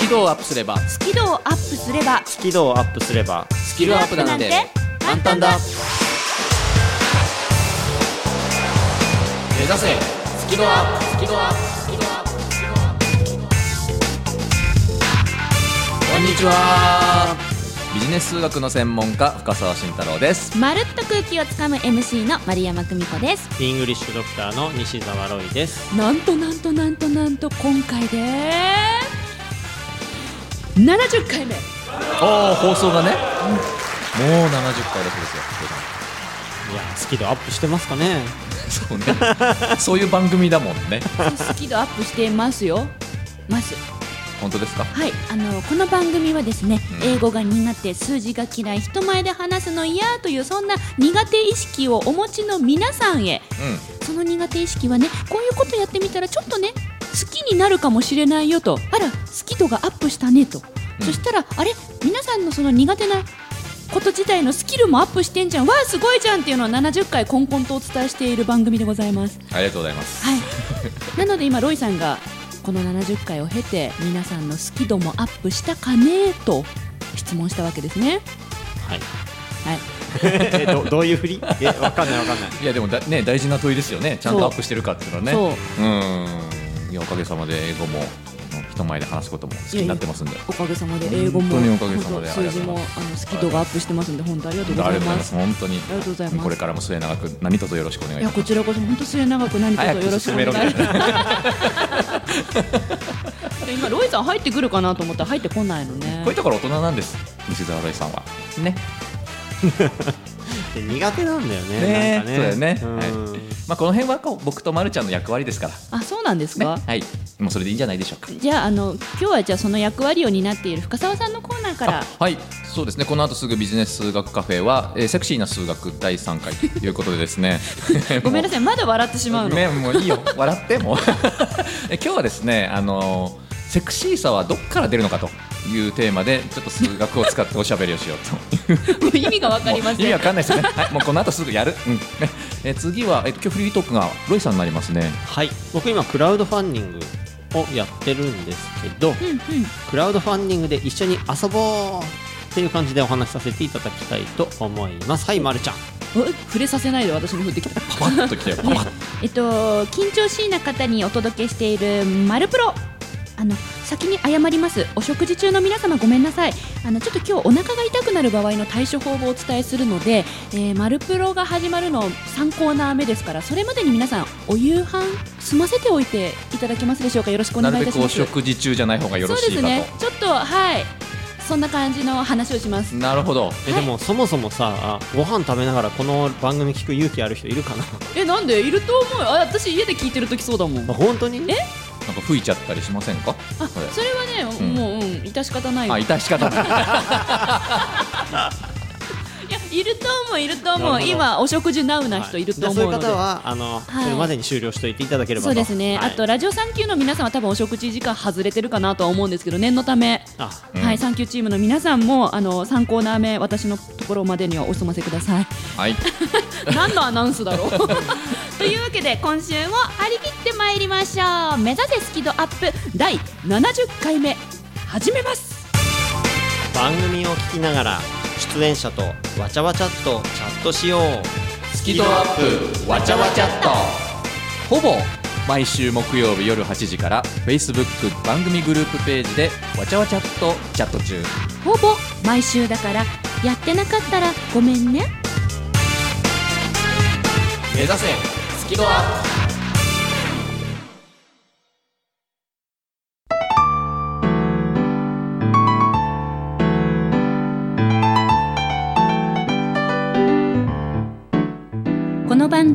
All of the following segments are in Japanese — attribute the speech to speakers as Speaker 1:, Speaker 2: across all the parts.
Speaker 1: キ度をアップすれば
Speaker 2: スキルをアップすれば
Speaker 3: スキルをアップすれば
Speaker 1: スキルアップなんて簡単だ目指せスキルアップスキルアップスキルアップスキルアップこんにちはビジネス数学の専門家深澤慎太郎です
Speaker 2: まるっと空気をつかむ MC の丸山久美子です
Speaker 3: イングリッシュドクターの西澤ロイです
Speaker 2: なんとなんとなんとなんと今回で70回目
Speaker 1: ああ放送がね、もう70回だそ
Speaker 3: いやスキルアップしてますかね
Speaker 1: うですよそうねそういう番組だもんね
Speaker 2: スキルアップしてますよます
Speaker 1: 本当ですか
Speaker 2: はいあのこの番組はですね、
Speaker 1: うん
Speaker 2: 英語が苦手数字が嫌い人前で話すの嫌というそんな苦手意識をお持ちの皆さんへ
Speaker 1: うん
Speaker 2: その苦手意識はねこういうことやってみたらちょっとね好きになるかもしれないよとあら好き度がアップしたねと、
Speaker 1: うん
Speaker 2: そしたらあれ皆さんのその苦手なこと自体のスキルもアップしてんじゃんわあすごいじゃんっていうのを70回コンコンとお伝えしている番組でございます
Speaker 1: ありがとうございます
Speaker 2: はい なので今ロイさんがこの70回を経て皆さんの好き度もアップしたかねと質問したわけですね
Speaker 3: はい
Speaker 2: はい
Speaker 3: えどどういうふり えわかんないわかんない
Speaker 1: いやでもだね大事な問いですよねちゃんとアップしてるかっていうのはね
Speaker 2: そう
Speaker 1: うんいやおかげさまで英語も人前で話すことも好きになってますんで
Speaker 2: おかげさまで英語も
Speaker 1: 本当におかげさまで
Speaker 2: 本当数字も
Speaker 1: ありがとうござい
Speaker 2: あの好き度がアップしてますんで本当ありがとうご
Speaker 1: あ
Speaker 2: ざ
Speaker 1: りがとうござ
Speaker 2: い
Speaker 1: い
Speaker 2: ま
Speaker 1: ますす本当に
Speaker 2: ありがとうございます
Speaker 1: これからも末永く何卒よろしくお願い
Speaker 2: い
Speaker 1: い
Speaker 2: や
Speaker 1: たし
Speaker 2: こ
Speaker 1: ます
Speaker 2: ちらこそ本当末永く何卒よろしくお願い
Speaker 1: 早く進めろ
Speaker 2: 今ロイさん入ってくるかなと思ったら入ってこないのね
Speaker 1: こういうところ大人なんです西澤ロイさんはね
Speaker 3: で苦手なんだよ
Speaker 1: ね
Speaker 3: ねなんか
Speaker 1: そ
Speaker 3: ね
Speaker 1: うだよね
Speaker 3: ん
Speaker 1: はまあこの辺はこう僕とまるちゃんの役割ですから
Speaker 2: あそうなんです
Speaker 1: ね
Speaker 2: か、
Speaker 1: はいもうそれでいいんじゃないでしょうか
Speaker 2: じゃああの今日はじゃあその役割を担っている深澤さんのコーナーから
Speaker 1: あはいそうですねこの後すぐビジネス数学カフェは、えーセクシーな数学第3回ということでですね
Speaker 2: ごめんなさいまだ笑ってしまうの、
Speaker 1: ね、もういいよ、笑ってもう え今日はですね、あのーセクシーさはどっから出るのかというテーマで、ちょっと数学を使っておしゃべりをし ようと。
Speaker 2: 意味がわかり
Speaker 1: も
Speaker 2: ま
Speaker 1: う意味
Speaker 2: せん
Speaker 1: わかんないですよね。はい、もうこの後すぐやる。うん、ねえ次は、えっと、今日フリートークがロイさんになりますね。
Speaker 3: はい僕今クラウドファンディングをやってるんですけど
Speaker 2: うんうん
Speaker 3: クラウドファンディングで一緒に遊ぼうっていう感じでお話しさせていただきたいと思いますはいまるちゃん
Speaker 2: え触れさせないで私に降ってきた
Speaker 1: パパッと来てよ、パパッと。
Speaker 2: えっと緊張しいな方にお届けしているマルプロあの先に謝りますお食事中の皆様ごめんなさいあのちょっと今日お腹が痛くなる場合の対処法をお伝えするので、えー、マルプロが始まるの3コーナー目ですからそれまでに皆さんお夕飯済ませておいていただけますでしょうかよろしくお
Speaker 1: な
Speaker 2: 願
Speaker 1: る
Speaker 2: い
Speaker 1: べ
Speaker 2: いたし
Speaker 1: くお
Speaker 2: ます
Speaker 1: 食事中じゃない方がよろ
Speaker 2: そう
Speaker 1: しい
Speaker 2: で
Speaker 1: かと。
Speaker 2: すねちょっとはいそんな感じの話をします
Speaker 1: なるほど。
Speaker 3: えでもそもそもさあご飯食べながらこの番組聞く勇気ある人いるかな
Speaker 2: えなんでいると思うあ私家で聞いてる時そうだもん
Speaker 3: あ本当に
Speaker 2: え
Speaker 1: なんか吹いちゃったりしませんか。
Speaker 2: あ
Speaker 1: これ
Speaker 2: それはね、
Speaker 1: うん
Speaker 2: もう、うん、致し方ないよ
Speaker 1: あ、致し方ない。
Speaker 2: いやいると思ういると思
Speaker 3: な
Speaker 2: う
Speaker 3: るほど
Speaker 2: 今お食事ナウな
Speaker 3: は
Speaker 2: 人いる
Speaker 3: じ
Speaker 2: と
Speaker 3: ゃあ
Speaker 2: 思
Speaker 3: そう
Speaker 2: う
Speaker 3: いう
Speaker 2: ので、
Speaker 3: 方はあの、
Speaker 2: はい
Speaker 3: それまでに終了しておいていただければと
Speaker 2: そうですね、
Speaker 3: はい
Speaker 2: あとラジオサンキューの皆さんは多分お食事時間外れてるかなとは思うんですけど念のため、
Speaker 3: あ
Speaker 1: うん
Speaker 2: はいサンキューチームの皆さんもあの参考なめ私のところまでにはお済ませください
Speaker 1: はい。
Speaker 2: 何のアナウンスだ ろうというわけで今週も張り切ってまいりましょう目指せスキドアップ第70回目始めます
Speaker 3: 番組を聞きながら出演者とわちゃわちゃっとチャットしよう
Speaker 1: スキドアップわちゃわちゃっとほぼ毎週木曜日夜8時から Facebook 番組グループページでわちゃわちゃっとチャット中
Speaker 2: ほぼ毎週だからやってなかったらごめんね
Speaker 1: 目指せスキドアッ
Speaker 2: この番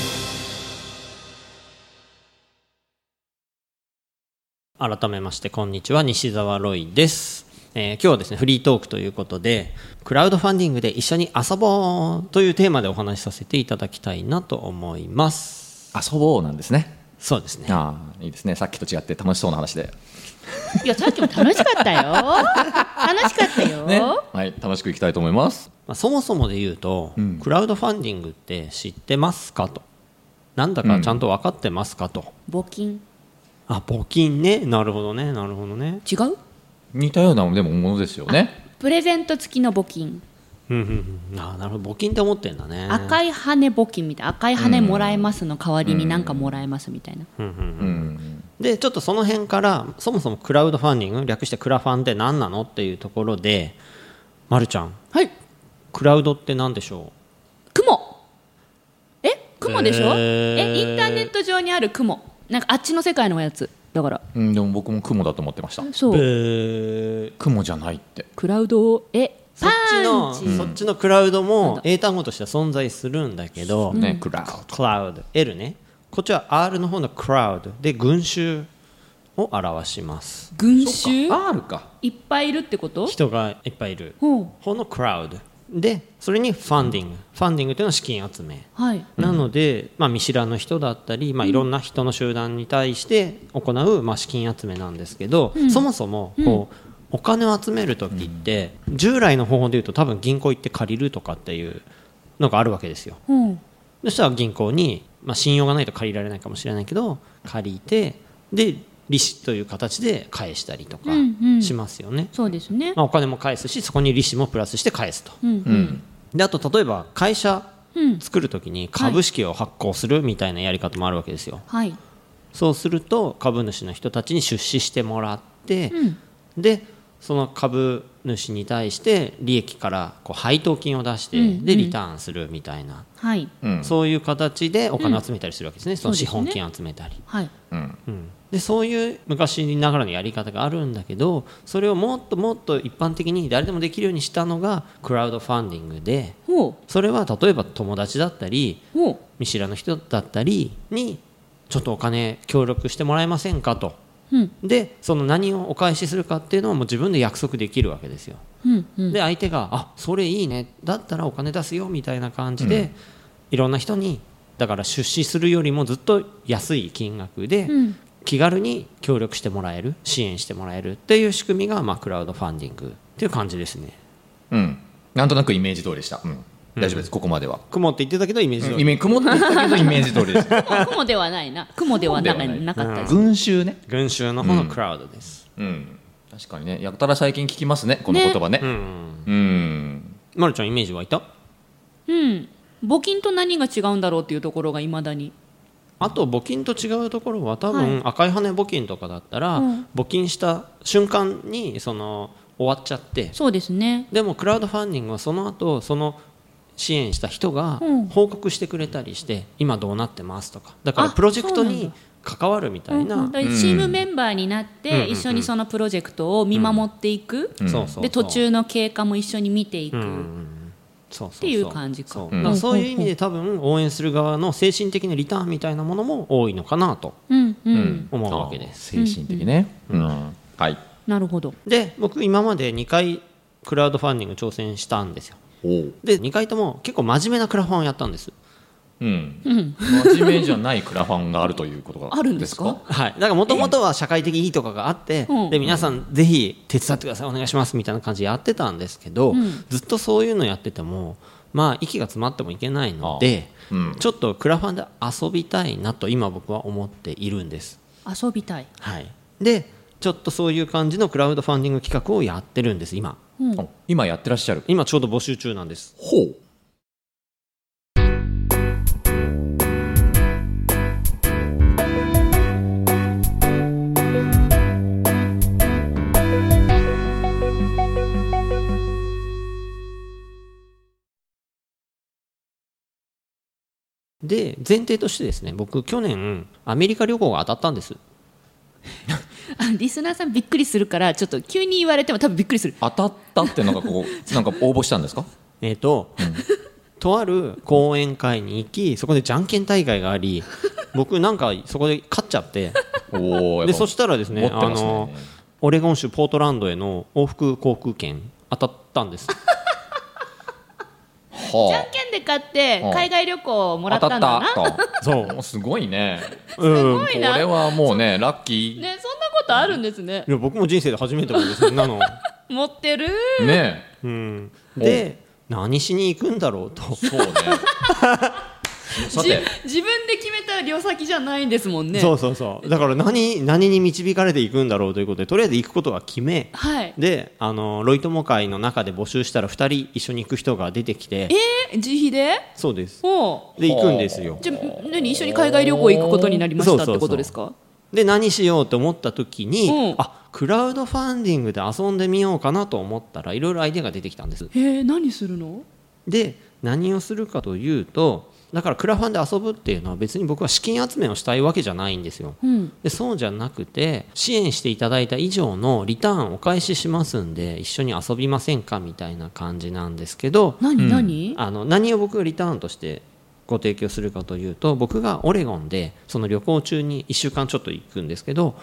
Speaker 3: 改めましてこんにちは西澤ロイです、えー今日はですねフリートークということでクラウドファンディングで一緒に遊ぼうというテーマでお話しさせていただきたいなと思います
Speaker 1: 遊ぼうなんですね
Speaker 3: そうですね
Speaker 1: ああいいですねさっきと違って楽しそうな話で
Speaker 2: いやさっきも楽しかっ たよ楽しかったよ、
Speaker 1: ねはい楽しくいきたいと思います
Speaker 3: まあ、そもそもで言うと、
Speaker 1: うん
Speaker 3: クラウドファンディングって知ってますかとなんだかちゃんと分かってますかと、
Speaker 2: 募金
Speaker 3: あ募金ねなるほどねなるほどね
Speaker 2: 違う
Speaker 1: 似たようなでもものですよね
Speaker 2: プレゼント付きの募金、
Speaker 3: うんうんうんあなるほど募金って思ってんだね
Speaker 2: 赤
Speaker 3: い、
Speaker 2: い羽募金みたいな赤い羽もらえますの代わりになんかもらえますみたいな、
Speaker 3: うんうんうん
Speaker 1: うん
Speaker 3: でちょっとその辺からそもそもクラウドファンディング略してクラファンって何なのっていうところで、ま、るちゃん
Speaker 2: はい
Speaker 3: クラウドって何でしょ
Speaker 2: 雲え雲でしょ、
Speaker 3: えー
Speaker 2: えインターネット上にある雲なんかあっちの世界のやつだから
Speaker 1: うんでも僕も雲だと思ってました
Speaker 2: そうう
Speaker 3: ブー
Speaker 1: 雲じゃないって
Speaker 2: クラウドえ
Speaker 3: そ
Speaker 2: パ
Speaker 3: っちの
Speaker 2: ンチ
Speaker 3: そっちのクラウド
Speaker 2: な
Speaker 3: も
Speaker 2: んだ
Speaker 3: 英単語としては存在するんだけど、
Speaker 1: ね、クラウ
Speaker 3: クラウド L ねこっちは R の方のクラウドで群衆を表します
Speaker 2: 群
Speaker 1: ドそ
Speaker 2: 衆
Speaker 1: っか R か
Speaker 2: いっぱいいるってこと
Speaker 3: 人がいっぱいいる
Speaker 2: ほう
Speaker 3: 方のクラウドでそれにファンディングファンディングというのは資金集め
Speaker 2: はい
Speaker 3: なので、まあ、見知らぬ人だったり、まあ、いろんな人の集団に対して行う、まあ、資金集めなんですけど、そもそもこう、お金を集める時って、従来の方法でいうと多分銀行行って借りるとかっていうのがあるわけですよ。
Speaker 2: ほう
Speaker 3: そしたら銀行に、まあ、信用がないと借りられないかもしれないけど借りてで利子という形で返したりとか
Speaker 2: うんうん
Speaker 3: しますよね。
Speaker 2: そうですね
Speaker 3: まあ、お金も返すしそこに利子もプラスして返すと。
Speaker 1: うん
Speaker 3: であと例えば会社
Speaker 2: うん
Speaker 3: 作るときに株式を発行するみたいなやり方もあるわけですよ、
Speaker 2: はい
Speaker 3: そうすると株主の人たちに出資してもらって、でその株主に対して利益からこう配当金を出して、
Speaker 2: うん
Speaker 3: で
Speaker 2: うん
Speaker 3: リターンするみたいな、
Speaker 2: はい
Speaker 1: うん
Speaker 3: そういう形でお金を集めたりするわけですね、その資
Speaker 2: そう
Speaker 3: 本
Speaker 2: です
Speaker 3: 金集めたり
Speaker 2: はい
Speaker 1: うん
Speaker 3: うんでそういう昔ながらのやり方があるんだけどそれをもっともっと一般的に誰でもできるようにしたのがクラウドファンディングで
Speaker 2: ほう
Speaker 3: それは例えば友達だったり
Speaker 2: ほう
Speaker 3: 見知らぬ人だったりにちょっとお金協力してもらえませんかと、
Speaker 2: うん
Speaker 3: でその何をお返しするかっていうのをもう自分で約束できるわけですよ、
Speaker 2: うんうん
Speaker 3: で相手が「あそれいいねだったらお金出すよ」みたいな感じで、いろんな人にだから出資するよりもずっと安い金額で、
Speaker 2: うん
Speaker 3: 気軽に協力してもらえる支援してもらえるっていう仕組みが、まあ、クラウドファンディングっていう感じですね
Speaker 1: うんなんとなくイメージ通りでした、うん、大丈夫です、ここまでは、
Speaker 3: 雲って言ってたけどイメージ通り、
Speaker 1: イメ雲って言ったけどイメージ通りです
Speaker 2: 雲雲ではないな雲ではなか
Speaker 1: 雲ではない
Speaker 2: なかったです、
Speaker 1: 群衆ね
Speaker 3: 群衆の方のクラウドです、
Speaker 1: うん確かにねやたら最近聞きますねこの言葉ね
Speaker 3: うん
Speaker 1: うん
Speaker 3: まるちゃんイメージ湧いた
Speaker 2: うん募金と何が違うんだろうっていうところがいまだに
Speaker 3: あと募金と違うところは多分赤い羽募金とかだったら、募金した瞬間にその終わっちゃって
Speaker 2: そうですね
Speaker 3: でもクラウドファンディングはその後その支援した人が
Speaker 2: うん
Speaker 3: 報告してくれたりして、今どうなってますとかだから
Speaker 2: あ
Speaker 3: プロジェクト
Speaker 2: そうなん
Speaker 3: に関わるみたいな
Speaker 2: だからチームメンバーになって一緒にそのプロジェクトを見守っていく、
Speaker 3: そうそうそう
Speaker 2: で途中の経過も一緒に見ていく、
Speaker 3: そうそうそう
Speaker 2: っていう感じか
Speaker 3: そう
Speaker 1: うん
Speaker 3: だらそういう意味で多分応援する側の精神的なリターンみたいなものも多いのかなと
Speaker 2: うんうん、
Speaker 3: 思うわけです
Speaker 1: 精神的ねうんはい
Speaker 2: なるほど
Speaker 3: で僕今まで2回クラウドファンディング挑戦したんですよ
Speaker 1: おう
Speaker 3: で2回とも結構真面目なクラファンをやったんです
Speaker 1: うん、
Speaker 2: うん、
Speaker 1: 真面目じゃないクラファンが あるということが
Speaker 2: あるんですか
Speaker 3: はい、だからもともとは社会的意義とかがあって、
Speaker 2: うん
Speaker 3: で皆さんぜひ手伝ってくださいお願いしますみたいな感じでやってたんですけど、
Speaker 2: うん
Speaker 3: ずっとそういうのやっててもまあ息が詰まってもいけないので、
Speaker 1: あうん
Speaker 3: ちょっとクラファンで遊びたいなと今僕は思っているんです。
Speaker 2: 遊びたい、
Speaker 3: はい、でちょっとそういう感じのクラウドファンディング企画をやってるんです今
Speaker 2: うん
Speaker 1: お今やってらっしゃる
Speaker 3: 今ちょうど募集中なんです
Speaker 1: ほう
Speaker 3: で前提としてですね僕去年アメリカ旅行が当たったんです
Speaker 2: あリスナーさんびっくりするからちょっと急に言われても多分びっくりする
Speaker 1: 当たったってなんかこうなんか応募したんです か
Speaker 3: えっ、と、とある講演会に行きそこでじゃんけん大会があり僕なんかそこで勝っちゃって
Speaker 1: おお
Speaker 3: でそしたらですね
Speaker 1: 持って
Speaker 3: あ
Speaker 1: ますね
Speaker 3: のオレゴン州ポートランドへの往復航空券当たったんです
Speaker 2: じゃ
Speaker 1: は
Speaker 2: んけんで買って
Speaker 1: うん
Speaker 2: 海外旅行をも
Speaker 1: あ
Speaker 2: らったんだな、
Speaker 1: 当たった
Speaker 3: そう
Speaker 1: もうすごいね
Speaker 3: うん
Speaker 1: こ
Speaker 2: いな
Speaker 1: れはもうねラッキ
Speaker 2: ねそんなことあるんですね
Speaker 3: いや僕も人生で初めてなんですそんなの、
Speaker 2: 持ってる
Speaker 1: ーね
Speaker 3: うん、で何しに行くんだろうと
Speaker 1: そうねさ
Speaker 2: じ
Speaker 1: て
Speaker 2: 自分で決めた旅先じゃないんですもんね
Speaker 3: そうそうそうだから何何に導かれていくんだろうということでとりあえず行くことは決め
Speaker 2: はい
Speaker 3: であのロイ友会の中で募集したら2人一緒に行く人が出てきて
Speaker 2: えー、自費で
Speaker 3: そうです
Speaker 2: ほう
Speaker 3: で行くんですよ
Speaker 2: じゃあ何一緒に海外旅行行くことになりましたってことですか
Speaker 3: で何しようと思った時に、
Speaker 2: うん
Speaker 3: あクラウドファンディングで遊んでみようかなと思ったらいろいろアイデアが出てきたんです
Speaker 2: えー、何するの
Speaker 3: で何をするかというとだからクラファンで遊ぶっていうのは別に僕は資金集めをしたいわけじゃないんですよ
Speaker 2: うん
Speaker 3: でそうじゃなくて支援していただいた以上のリターンお返ししますんで一緒に遊びませんかみたいな感じなんですけど
Speaker 2: 何、
Speaker 1: うん
Speaker 2: 何
Speaker 3: あの何を僕がリターンとしてご提供するかというと僕がオレゴンでその旅行中に1週間ちょっと行くんですけど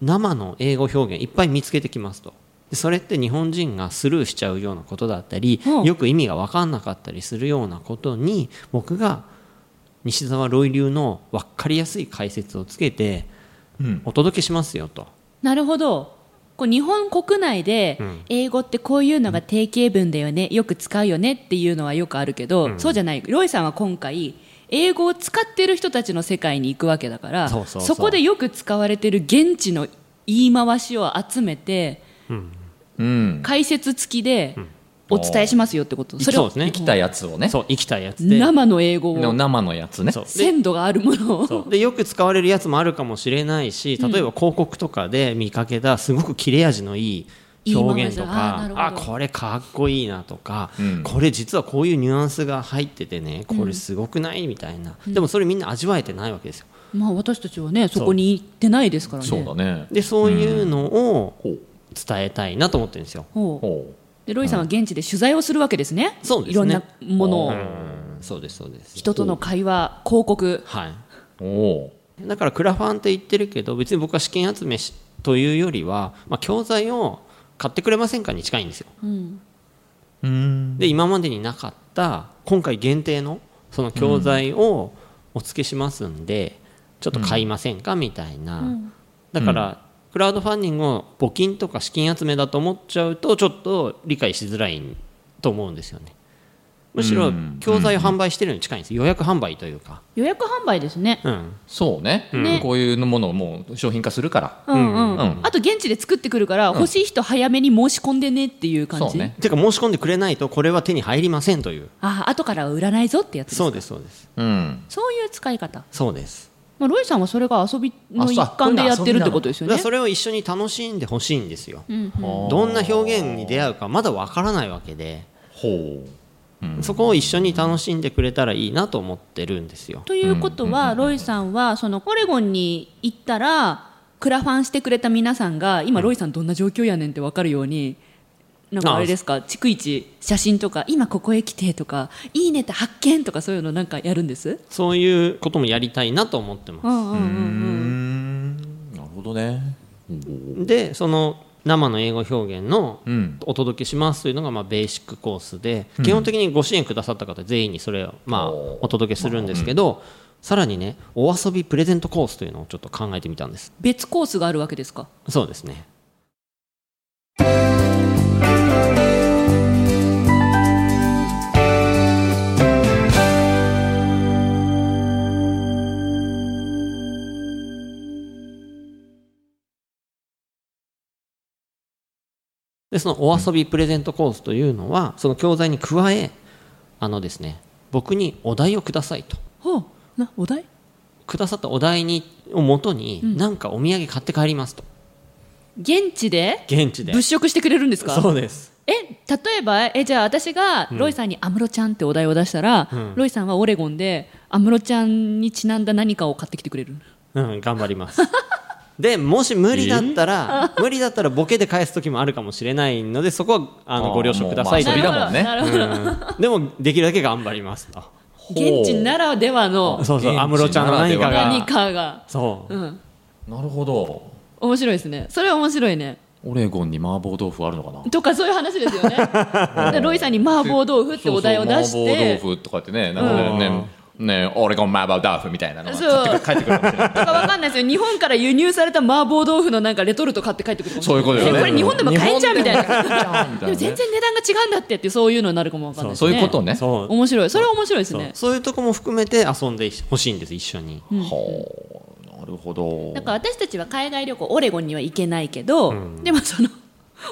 Speaker 3: 生の英語表現いっぱい見つけてきますと。でそれって日本人がスルーしちゃうようなことだったり
Speaker 2: うん
Speaker 3: よく意味が分かんなかったりするようなことに僕が西澤ロイ流の分かりやすい解説をつけて
Speaker 1: うん
Speaker 3: お届けしますよと。
Speaker 2: なるほどこう日本国内で
Speaker 3: ん
Speaker 2: 英語ってこういうのが定型文だよねよく使うよねっていうのはよくあるけど、そうじゃないロイさんは今回英語を使ってる人たちの世界に行くわけだから
Speaker 3: そうそうそう
Speaker 2: こでよく使われてる現地の言い回しを集めて
Speaker 1: うん
Speaker 2: 解説付きでお伝えしますよってこと、それ
Speaker 3: そう
Speaker 2: を
Speaker 3: ですね
Speaker 1: 生きたやつをね
Speaker 3: そう生きたやつで
Speaker 2: 生の英語
Speaker 1: でも
Speaker 2: を
Speaker 1: 生のやつね
Speaker 3: そうで
Speaker 2: 鮮度があるものを
Speaker 3: そうでよく使われるやつもあるかもしれないし例えば広告とかで見かけたすごく切れ味のいい表現とか
Speaker 2: いいものじゃんあーな
Speaker 3: あ
Speaker 2: るほど
Speaker 3: これかっこいいなとか、
Speaker 1: うん
Speaker 3: これ実はこういうニュアンスが入っててねこれすごくないみたいな、でもそれみんな味わえてないわけですよ
Speaker 2: まあ私たちはねそこに行ってないですからね
Speaker 1: そうだね
Speaker 3: でそういうのを
Speaker 1: ほう
Speaker 3: 伝えたいなと思ってるんですよ、
Speaker 2: ほう
Speaker 1: ほ
Speaker 2: でロイさんは現地で取材をするわけですね、
Speaker 3: そうですね
Speaker 2: いろんなものを、
Speaker 3: うんそうですそうです
Speaker 2: 人との会話、広告、
Speaker 3: はい、
Speaker 1: うおう
Speaker 3: だからクラファンって言ってるけど別に僕は資金集めしというよりは、まあ、教材を買ってくれませんかに近いんですよ
Speaker 2: うん
Speaker 1: うん
Speaker 3: で今までになかった今回限定のその教材をお付けしますんで、ちょっと買いませんかみたいな、だから、クラウドファンディングを募金とか資金集めだと思っちゃうとちょっと理解しづらいと思うんですよねむし
Speaker 1: う
Speaker 3: ろ
Speaker 1: ん
Speaker 3: 教材を販売してるのに近いんです予約販売というか、
Speaker 2: 予約販売ですね、
Speaker 3: うん、
Speaker 1: そうね
Speaker 2: ね
Speaker 1: こういうものをもう商品化するから
Speaker 2: うんうん
Speaker 1: うん
Speaker 2: あと現地で作ってくるから、欲しい人早めに申し込んでねっていう感じ、
Speaker 1: そうね
Speaker 3: てか申し込んでくれないとこれは手に入りませんという
Speaker 2: あ後からは売らないぞってやつです
Speaker 3: そうですそうです
Speaker 1: うん
Speaker 2: そういう使い方、
Speaker 3: そうです
Speaker 2: まあ、ロイさんはそれが遊びの
Speaker 1: あ
Speaker 2: 一
Speaker 1: そう
Speaker 2: 環でやってるってことです
Speaker 3: だ
Speaker 2: よ
Speaker 3: か
Speaker 2: ね
Speaker 3: ら。それを一緒に楽しんでほしいんですよ、
Speaker 2: うんうん
Speaker 3: どんな表現に出会うかまだわからないわけで
Speaker 1: ほううん
Speaker 3: そこを一緒に楽しんでくれたらいいなと思ってるんですよ。
Speaker 2: ということは、ロイさんはそのオレゴンに行ったらクラファンしてくれた皆さんが今、ロイさんどんな状況やねんって分かるようになんかあれですか逐一写真とか今ここへ来てとかいいねって発見とかそういうのなんかやるんです、
Speaker 3: そういうこともやりたいなと思ってま
Speaker 2: うんうんうんうん
Speaker 1: なるほどね
Speaker 3: す。で、その生の英語表現の
Speaker 1: うん
Speaker 3: お届けしますというのがまあベーシックコースで、基本的にご支援くださった方全員にそれをまあお届けするんですけど、さらにねお遊びプレゼントコースというのをちょっと考えてみたんです
Speaker 2: 別コースがあるわけですか
Speaker 3: そうですねでそのお遊びプレゼントコースというのはその教材に加えあのですね僕にお題をくださいと
Speaker 2: ほうなお題
Speaker 3: くださったお題にをもとに何かお土産買って帰りますと
Speaker 2: 現地で
Speaker 3: 現地で
Speaker 2: 物色してくれるんですか
Speaker 3: そうです
Speaker 2: え例えばえじゃあ私がロイさんに「安室ちゃん」ってお題を出したら、
Speaker 3: ん
Speaker 2: ロイさんはオレゴンで安室ちゃんにちなんだ何かを買ってきてくれる
Speaker 3: うん頑張ります でもし無理だったら無理だったらボケで返す時もあるかもしれないのでそこはあ
Speaker 1: あー
Speaker 3: のご了承くださいと
Speaker 1: 遊びだもんね
Speaker 2: なるほどなるほ
Speaker 3: うんでもできるだけ頑張りますと
Speaker 2: ど現地ならではの
Speaker 3: そうそう安室ちゃんの何か
Speaker 2: 何
Speaker 3: が
Speaker 2: かが、
Speaker 3: そう
Speaker 2: うん、
Speaker 1: なるほど
Speaker 2: 面白いですねそれは面白いね
Speaker 1: オレゴンに麻婆豆腐あるのかな
Speaker 2: とかそういう話で すよねでロイさんに麻婆豆腐ってお題を出
Speaker 1: そう
Speaker 2: して
Speaker 1: そう麻婆豆腐とかってねなんかね,、ねねオレゴン麻婆豆腐みたいなのが
Speaker 2: そう
Speaker 1: 買って帰ってくるかもしれない
Speaker 2: とかわかんないですよ日本から輸入された麻婆豆腐のなんかレトルト買って帰ってくるかもし
Speaker 1: そうい
Speaker 2: れな
Speaker 1: うことよね
Speaker 2: えこれ日本でも買えちゃうみたいな
Speaker 1: 買えちゃうみた いな
Speaker 2: でも
Speaker 1: ね
Speaker 2: 全然値段が違うんだってってそういうのになるかもわかんないです
Speaker 1: そ
Speaker 2: ね
Speaker 1: ういうことね
Speaker 3: そう
Speaker 2: 面白いそれは面白いです
Speaker 3: そう
Speaker 2: ね
Speaker 3: そういうとこも含めて遊んでほしいんです一緒に
Speaker 1: はあなるほど
Speaker 2: なんか私たちは海外旅行オレゴンには行けないけど、
Speaker 3: うん
Speaker 2: でもその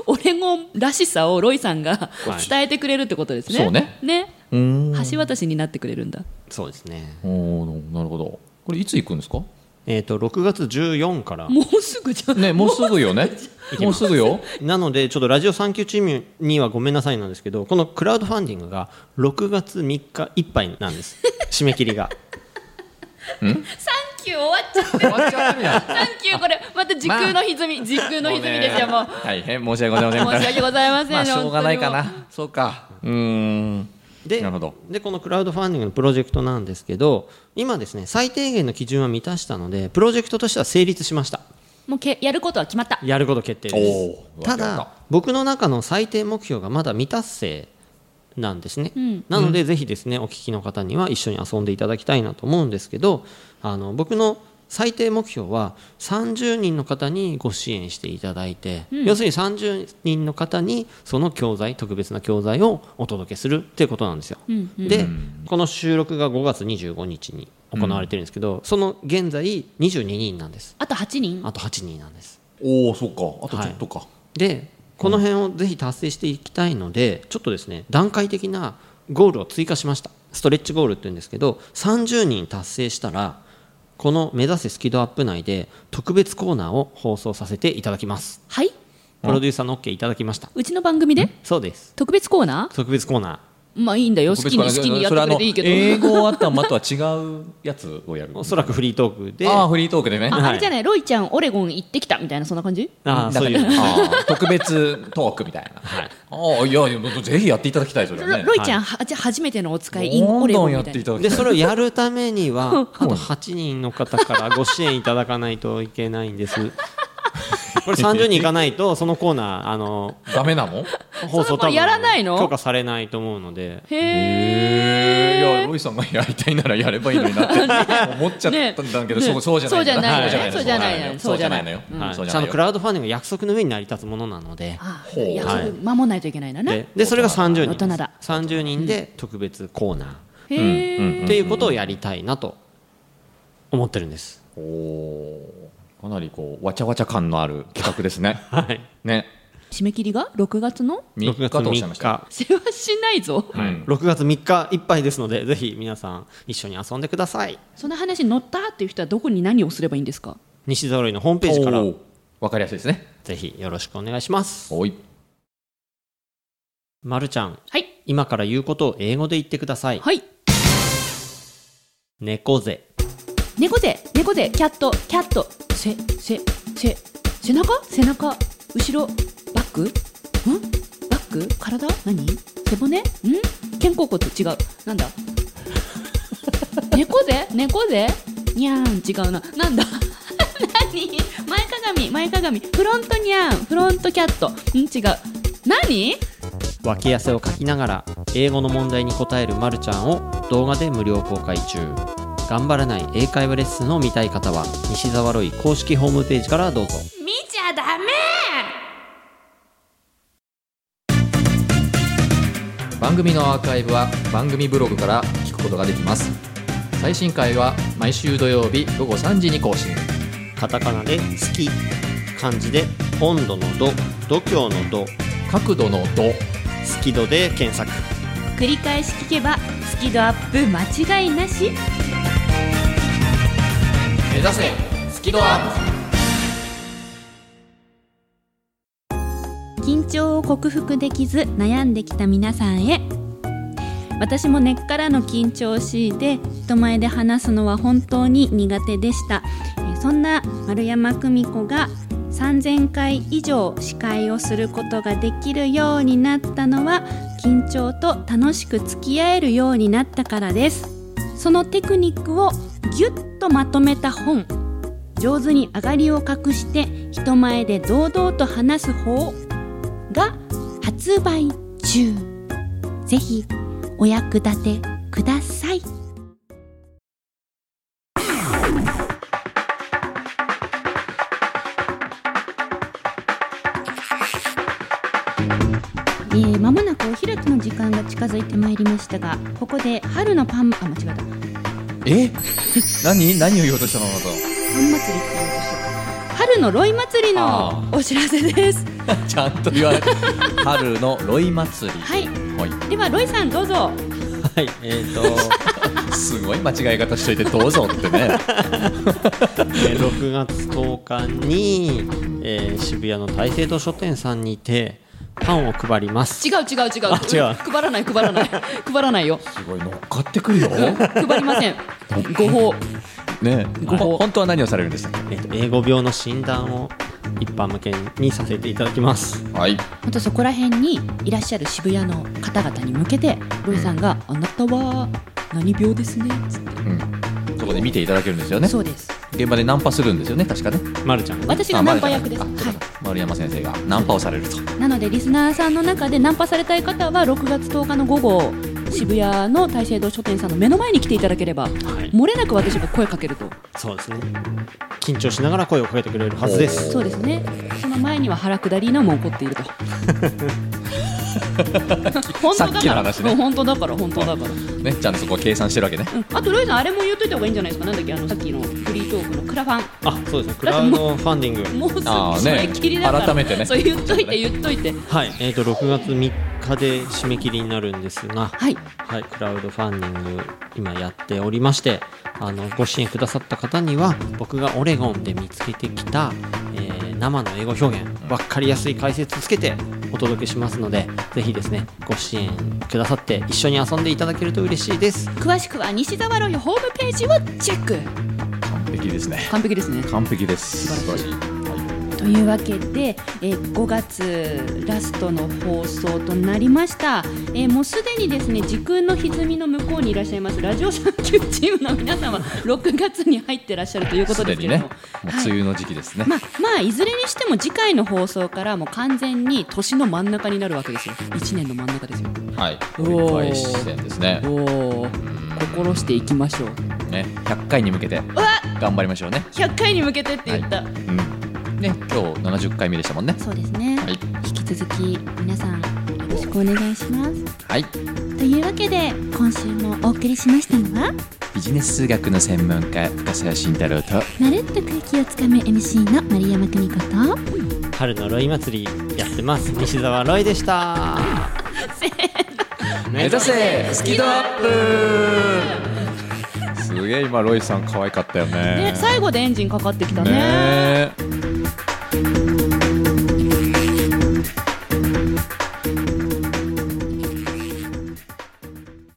Speaker 2: オレゴンらしさをロイさんが
Speaker 3: はい
Speaker 2: 伝えてくれるってことですね。
Speaker 1: そうねうーん
Speaker 2: 橋渡しになってくれるんだ。
Speaker 3: そうですね
Speaker 1: おーなるほどこれいつ行くんですか
Speaker 3: えっと6月14から
Speaker 2: もうすぐじゃん。
Speaker 1: ねもうすぐよねもうすぐよ
Speaker 3: なのでちょっとラジオ3級チームにはごめんなさいなんですけどこのクラウドファンディングが6月3日いっぱいなんです締め切りが
Speaker 2: サンキュー終わっちゃった。
Speaker 1: 終わっちゃってるやん
Speaker 2: サンキューこれまた時空の歪み、時空の歪みですよもう。
Speaker 1: 大変申し訳ございません
Speaker 2: 申し訳ございません。
Speaker 1: まあしょうがないか
Speaker 2: 本
Speaker 1: なそうかうーん
Speaker 3: で
Speaker 1: なるほど
Speaker 3: でこのクラウドファンディングのプロジェクトなんですけど今ですね最低限の基準は満たしたのでプロジェクトとしては成立しました
Speaker 2: 当にもう。もうけやることは決まった。
Speaker 3: やること決定で
Speaker 1: おー
Speaker 3: すた
Speaker 1: わかっ
Speaker 3: だ
Speaker 1: た
Speaker 3: 僕の中の最低目標がまだ未達成なんですね、なのでぜひですねお聞きの方には一緒に遊んでいただきたいなと思うんですけどあの僕の最低目標は30人の方にご支援していただいて、要するに30人の方にその教材特別な教材をお届けするっていうことなんですよ、でこの収録が5月25日に行われてるんですけど、その現在22人なんです
Speaker 2: あと8人。
Speaker 3: あと8人なんです
Speaker 1: おおそうかあとちょっとか
Speaker 3: でこの辺をぜひ達成していきたいので、ちょっとですね段階的なゴールを追加しましたストレッチゴールって言うんですけど30人達成したらこの「目指せスキドアップ」内で特別コーナーを放送させていただきます
Speaker 2: はい。
Speaker 3: プロデューサーの OK いただきました
Speaker 2: うちの番組で
Speaker 3: そうです
Speaker 2: 特別コーナ
Speaker 3: 特別コーナ
Speaker 2: ー。まあいいんだよ。好きに好きにやってくれていいけど。
Speaker 1: それあの英語頭とは違うやつをやる
Speaker 3: ーおそらくフリートークで
Speaker 1: ああ
Speaker 3: あ
Speaker 1: フリートークでね
Speaker 2: あ
Speaker 3: はい
Speaker 2: あれじゃない、ロイちゃん、オレゴン行ってきたみたいな、そんな感じ
Speaker 3: あーそうい
Speaker 1: な
Speaker 3: う
Speaker 1: んかねあー 特別トークみたいな
Speaker 3: はい
Speaker 1: ああいやいやぜひやっていただきたいそれはね
Speaker 2: ロイちゃん、はじゃあ初めてのお使い、イン
Speaker 1: ど
Speaker 2: オ
Speaker 1: ん
Speaker 2: レ
Speaker 1: ど
Speaker 2: ゴ
Speaker 1: ん
Speaker 2: ン
Speaker 1: や
Speaker 2: み
Speaker 1: った
Speaker 2: い
Speaker 1: て。
Speaker 2: ない
Speaker 1: ただきた
Speaker 3: で
Speaker 1: い
Speaker 3: それをやるためにはあと8人の方からご支援いただかないといけないんですこれ30人いかないとそのコーナーあの
Speaker 1: ダメなの
Speaker 3: 放
Speaker 2: それ
Speaker 3: 送
Speaker 2: も
Speaker 3: 多分
Speaker 2: やらないの
Speaker 3: 許可されないと思うので
Speaker 2: へ
Speaker 1: いや
Speaker 2: え。
Speaker 1: ロイさんがやりたいならやればいいのにな って思っちゃったんだけど、
Speaker 2: ね
Speaker 1: そうそうじゃない
Speaker 2: ねそうじゃないよね
Speaker 1: そうじゃないのよ
Speaker 2: そうじゃない
Speaker 1: うん
Speaker 3: はい
Speaker 1: そうじ
Speaker 3: ち
Speaker 1: ゃ
Speaker 3: ゃ
Speaker 1: なんいの
Speaker 3: と
Speaker 1: よ
Speaker 3: クラウドファンディングは約束の上に成り立つものなので
Speaker 2: あ
Speaker 1: ほう
Speaker 2: 約
Speaker 1: は
Speaker 2: 束守んないといけないんだな。
Speaker 3: ででそれが30
Speaker 2: 大人
Speaker 3: 人
Speaker 2: だ
Speaker 3: 30人で特別コーナ
Speaker 2: へえ。
Speaker 3: ーっていうことをやりたいなと思ってるんです
Speaker 1: おおーかなりこうわちゃわちゃ感のある企画ですね
Speaker 3: はい
Speaker 1: ね
Speaker 2: 締め切りが6月の
Speaker 1: 3
Speaker 3: 6
Speaker 1: 日
Speaker 3: 月
Speaker 1: とおっしゃいま
Speaker 3: 3
Speaker 1: した
Speaker 3: 日
Speaker 2: 世話しないぞ。
Speaker 1: うん
Speaker 3: 6月3日いっぱいですのでぜひ皆さん一緒に遊んでください
Speaker 2: その話に乗ったっていう人はどこに何をすればいいんですか
Speaker 3: 西揃いのホームページから
Speaker 1: おーわかりやすいですね
Speaker 3: ぜひよろしくお願いします
Speaker 1: おい
Speaker 3: まるちゃん
Speaker 2: はい。
Speaker 3: 今から言うことを英語で言ってください
Speaker 2: はい。
Speaker 3: 猫背
Speaker 2: 猫背、猫背、キャット、キャット。せ、せ、せ、背中背中。後ろ、バックんバック体何背骨ん肩甲骨違う。なんだ 猫背猫背にゃーん違うな。なんだ 何前か鏡前鏡フロントニャンフロントキャットん違う何
Speaker 3: 脇汗をかきながら英語の問題に答えるまるちゃんを動画で無料公開中頑張らない英会話レッスンを見たい方は西沢ロイ公式ホームページからどうぞ
Speaker 4: 見ちゃダメ
Speaker 1: 番組のアーカイブは番組ブログから聞くことができます最新回は毎週土曜日午後3時に更新
Speaker 3: カタカナで「好き」漢字で「温度の度」「度胸の度」
Speaker 1: 角度の度
Speaker 3: 「好き度」で検索
Speaker 4: 繰り返し聞けばスキドアップ間違いなし
Speaker 1: 目指せスキドアッ
Speaker 4: 緊張を克服できず悩んできた皆さんへ私も根っからの緊張を強いて人前で話すのは本当に苦手でしたえーそんな丸山久美子が3000回以上司会をすることができるようになったのは緊張と楽しく付き合えるようになったからですそのテクニックをぎゅっとまとめた本上手に上がりを隠して人前で堂々と話す方が発売中ぜひお役立てくださいえー、まもなくお開きの時間が近づいてまいりましたがここで春のパンあ間違えた
Speaker 1: プえ何何を言おうとしたのあなた
Speaker 4: パン祭りって言おうとしてた春のロイ祭りの
Speaker 1: あ
Speaker 4: お知らせです
Speaker 1: ちゃんと言われて春のロイ祭り
Speaker 4: はい
Speaker 1: はい
Speaker 4: ではロイさんどうぞ
Speaker 3: はいえっ、と
Speaker 1: すごい間違い方しといてどうぞってね
Speaker 3: えー6月10日に、えー渋谷の大聖堂書店さんにてパンを配ります
Speaker 2: 違う違う違う
Speaker 3: あ違う
Speaker 2: 配らない配らない配らないよ
Speaker 1: すごい乗っかってくるよ
Speaker 2: 配りません誤報
Speaker 1: ね
Speaker 2: ごほう
Speaker 1: ほ本当は何をされるんでしたっ
Speaker 3: えーと英語病の診断を一般向けにさせていただきます
Speaker 1: けはい
Speaker 2: あとそこら辺にいらっしゃる渋谷の方々に向けてロイさんが「あなたは何病ですね」つって
Speaker 1: うんそこで見ていただけるんですよね
Speaker 2: そうです
Speaker 1: 現場でナンパするんですよね確かね
Speaker 3: まるちゃん
Speaker 2: 私
Speaker 1: あ
Speaker 2: がナンパ役です、
Speaker 1: ま
Speaker 2: は
Speaker 1: るちゃんがあそうか丸山先生がナンパをされると
Speaker 2: い、なのでリスナーさんの中でナンパされたい方は6月10日の午後渋谷の大聖堂書店さんの目の前に来ていただければ
Speaker 3: はい
Speaker 2: 漏れなく私が声かけると
Speaker 3: そうですね緊張しながら声をかけてくれるはずです
Speaker 2: そうですねその前には腹下りのも起こって いると本
Speaker 1: さ
Speaker 2: 当
Speaker 1: っ
Speaker 2: だ
Speaker 1: きの
Speaker 2: から、
Speaker 1: 話ね
Speaker 2: 本当だから本当だから
Speaker 1: ねちゃんとそこは計算してるわけね
Speaker 2: うんあとロイさんあれも言っといた方がいいんじゃないですかなんだっけあのさっきのフリートークのクラファン
Speaker 3: あそうですねクラウドファンディング
Speaker 2: もうすぐ
Speaker 1: あー
Speaker 2: それ
Speaker 1: ね
Speaker 2: きりだから
Speaker 1: 改めてね
Speaker 2: そう言っといて言っといて
Speaker 3: はいえっ、と6月3日で締め切りになるんですが
Speaker 2: はい
Speaker 3: はい、クラウドファンディング今やっておりましてあのご支援くださった方には僕がオレゴンで見つけてきた、えー生の英語表現分かりやすい解説つけてお届けしますのでぜひですねご支援くださって一緒に遊んでいただけると嬉しいです
Speaker 2: 詳しくは西沢ロイホームページをチェック
Speaker 1: 完璧ですね
Speaker 2: 完璧ですね
Speaker 1: 完璧です素晴らしいは
Speaker 4: というわけで、えー5月ラストの放送となりました、えーもうすでにですね時空の歪みの向こうにいらっしゃいますラジオサンキューチームの皆様6月に入ってらっしゃるという
Speaker 1: い
Speaker 4: こと
Speaker 1: す
Speaker 4: で
Speaker 1: ですに
Speaker 4: けれ
Speaker 1: ね
Speaker 4: ど
Speaker 1: も
Speaker 4: も、
Speaker 1: う梅雨の時期ですね
Speaker 4: まあ、まあいずれにしても次回の放送からもう完全に
Speaker 2: 年の真ん中になるわけですよ1年の真ん中ですよ
Speaker 1: はい
Speaker 2: お
Speaker 1: 折り
Speaker 2: ー
Speaker 1: 返し線ですね
Speaker 2: おお心していきましょう
Speaker 1: ね100回に向けて頑張りましょうね
Speaker 2: 100回に向けてって言った、
Speaker 1: うんね今日70回目でしたもんね
Speaker 4: そうですね、
Speaker 1: はい
Speaker 4: 引き続き皆さんよろしくお願いします
Speaker 1: はい
Speaker 4: というわけで今週もお送りしましたのは
Speaker 1: ビジネス数学の専門家深澤慎太郎と
Speaker 4: まるっと空気をつかむ MC の丸山久美子と
Speaker 3: 春のロイ祭りやってます西澤ロイでした
Speaker 1: 目指せスキドアップすげえ今ロイさん可愛かったよね
Speaker 2: ね最後でエンジンかかってきたね
Speaker 1: ねえ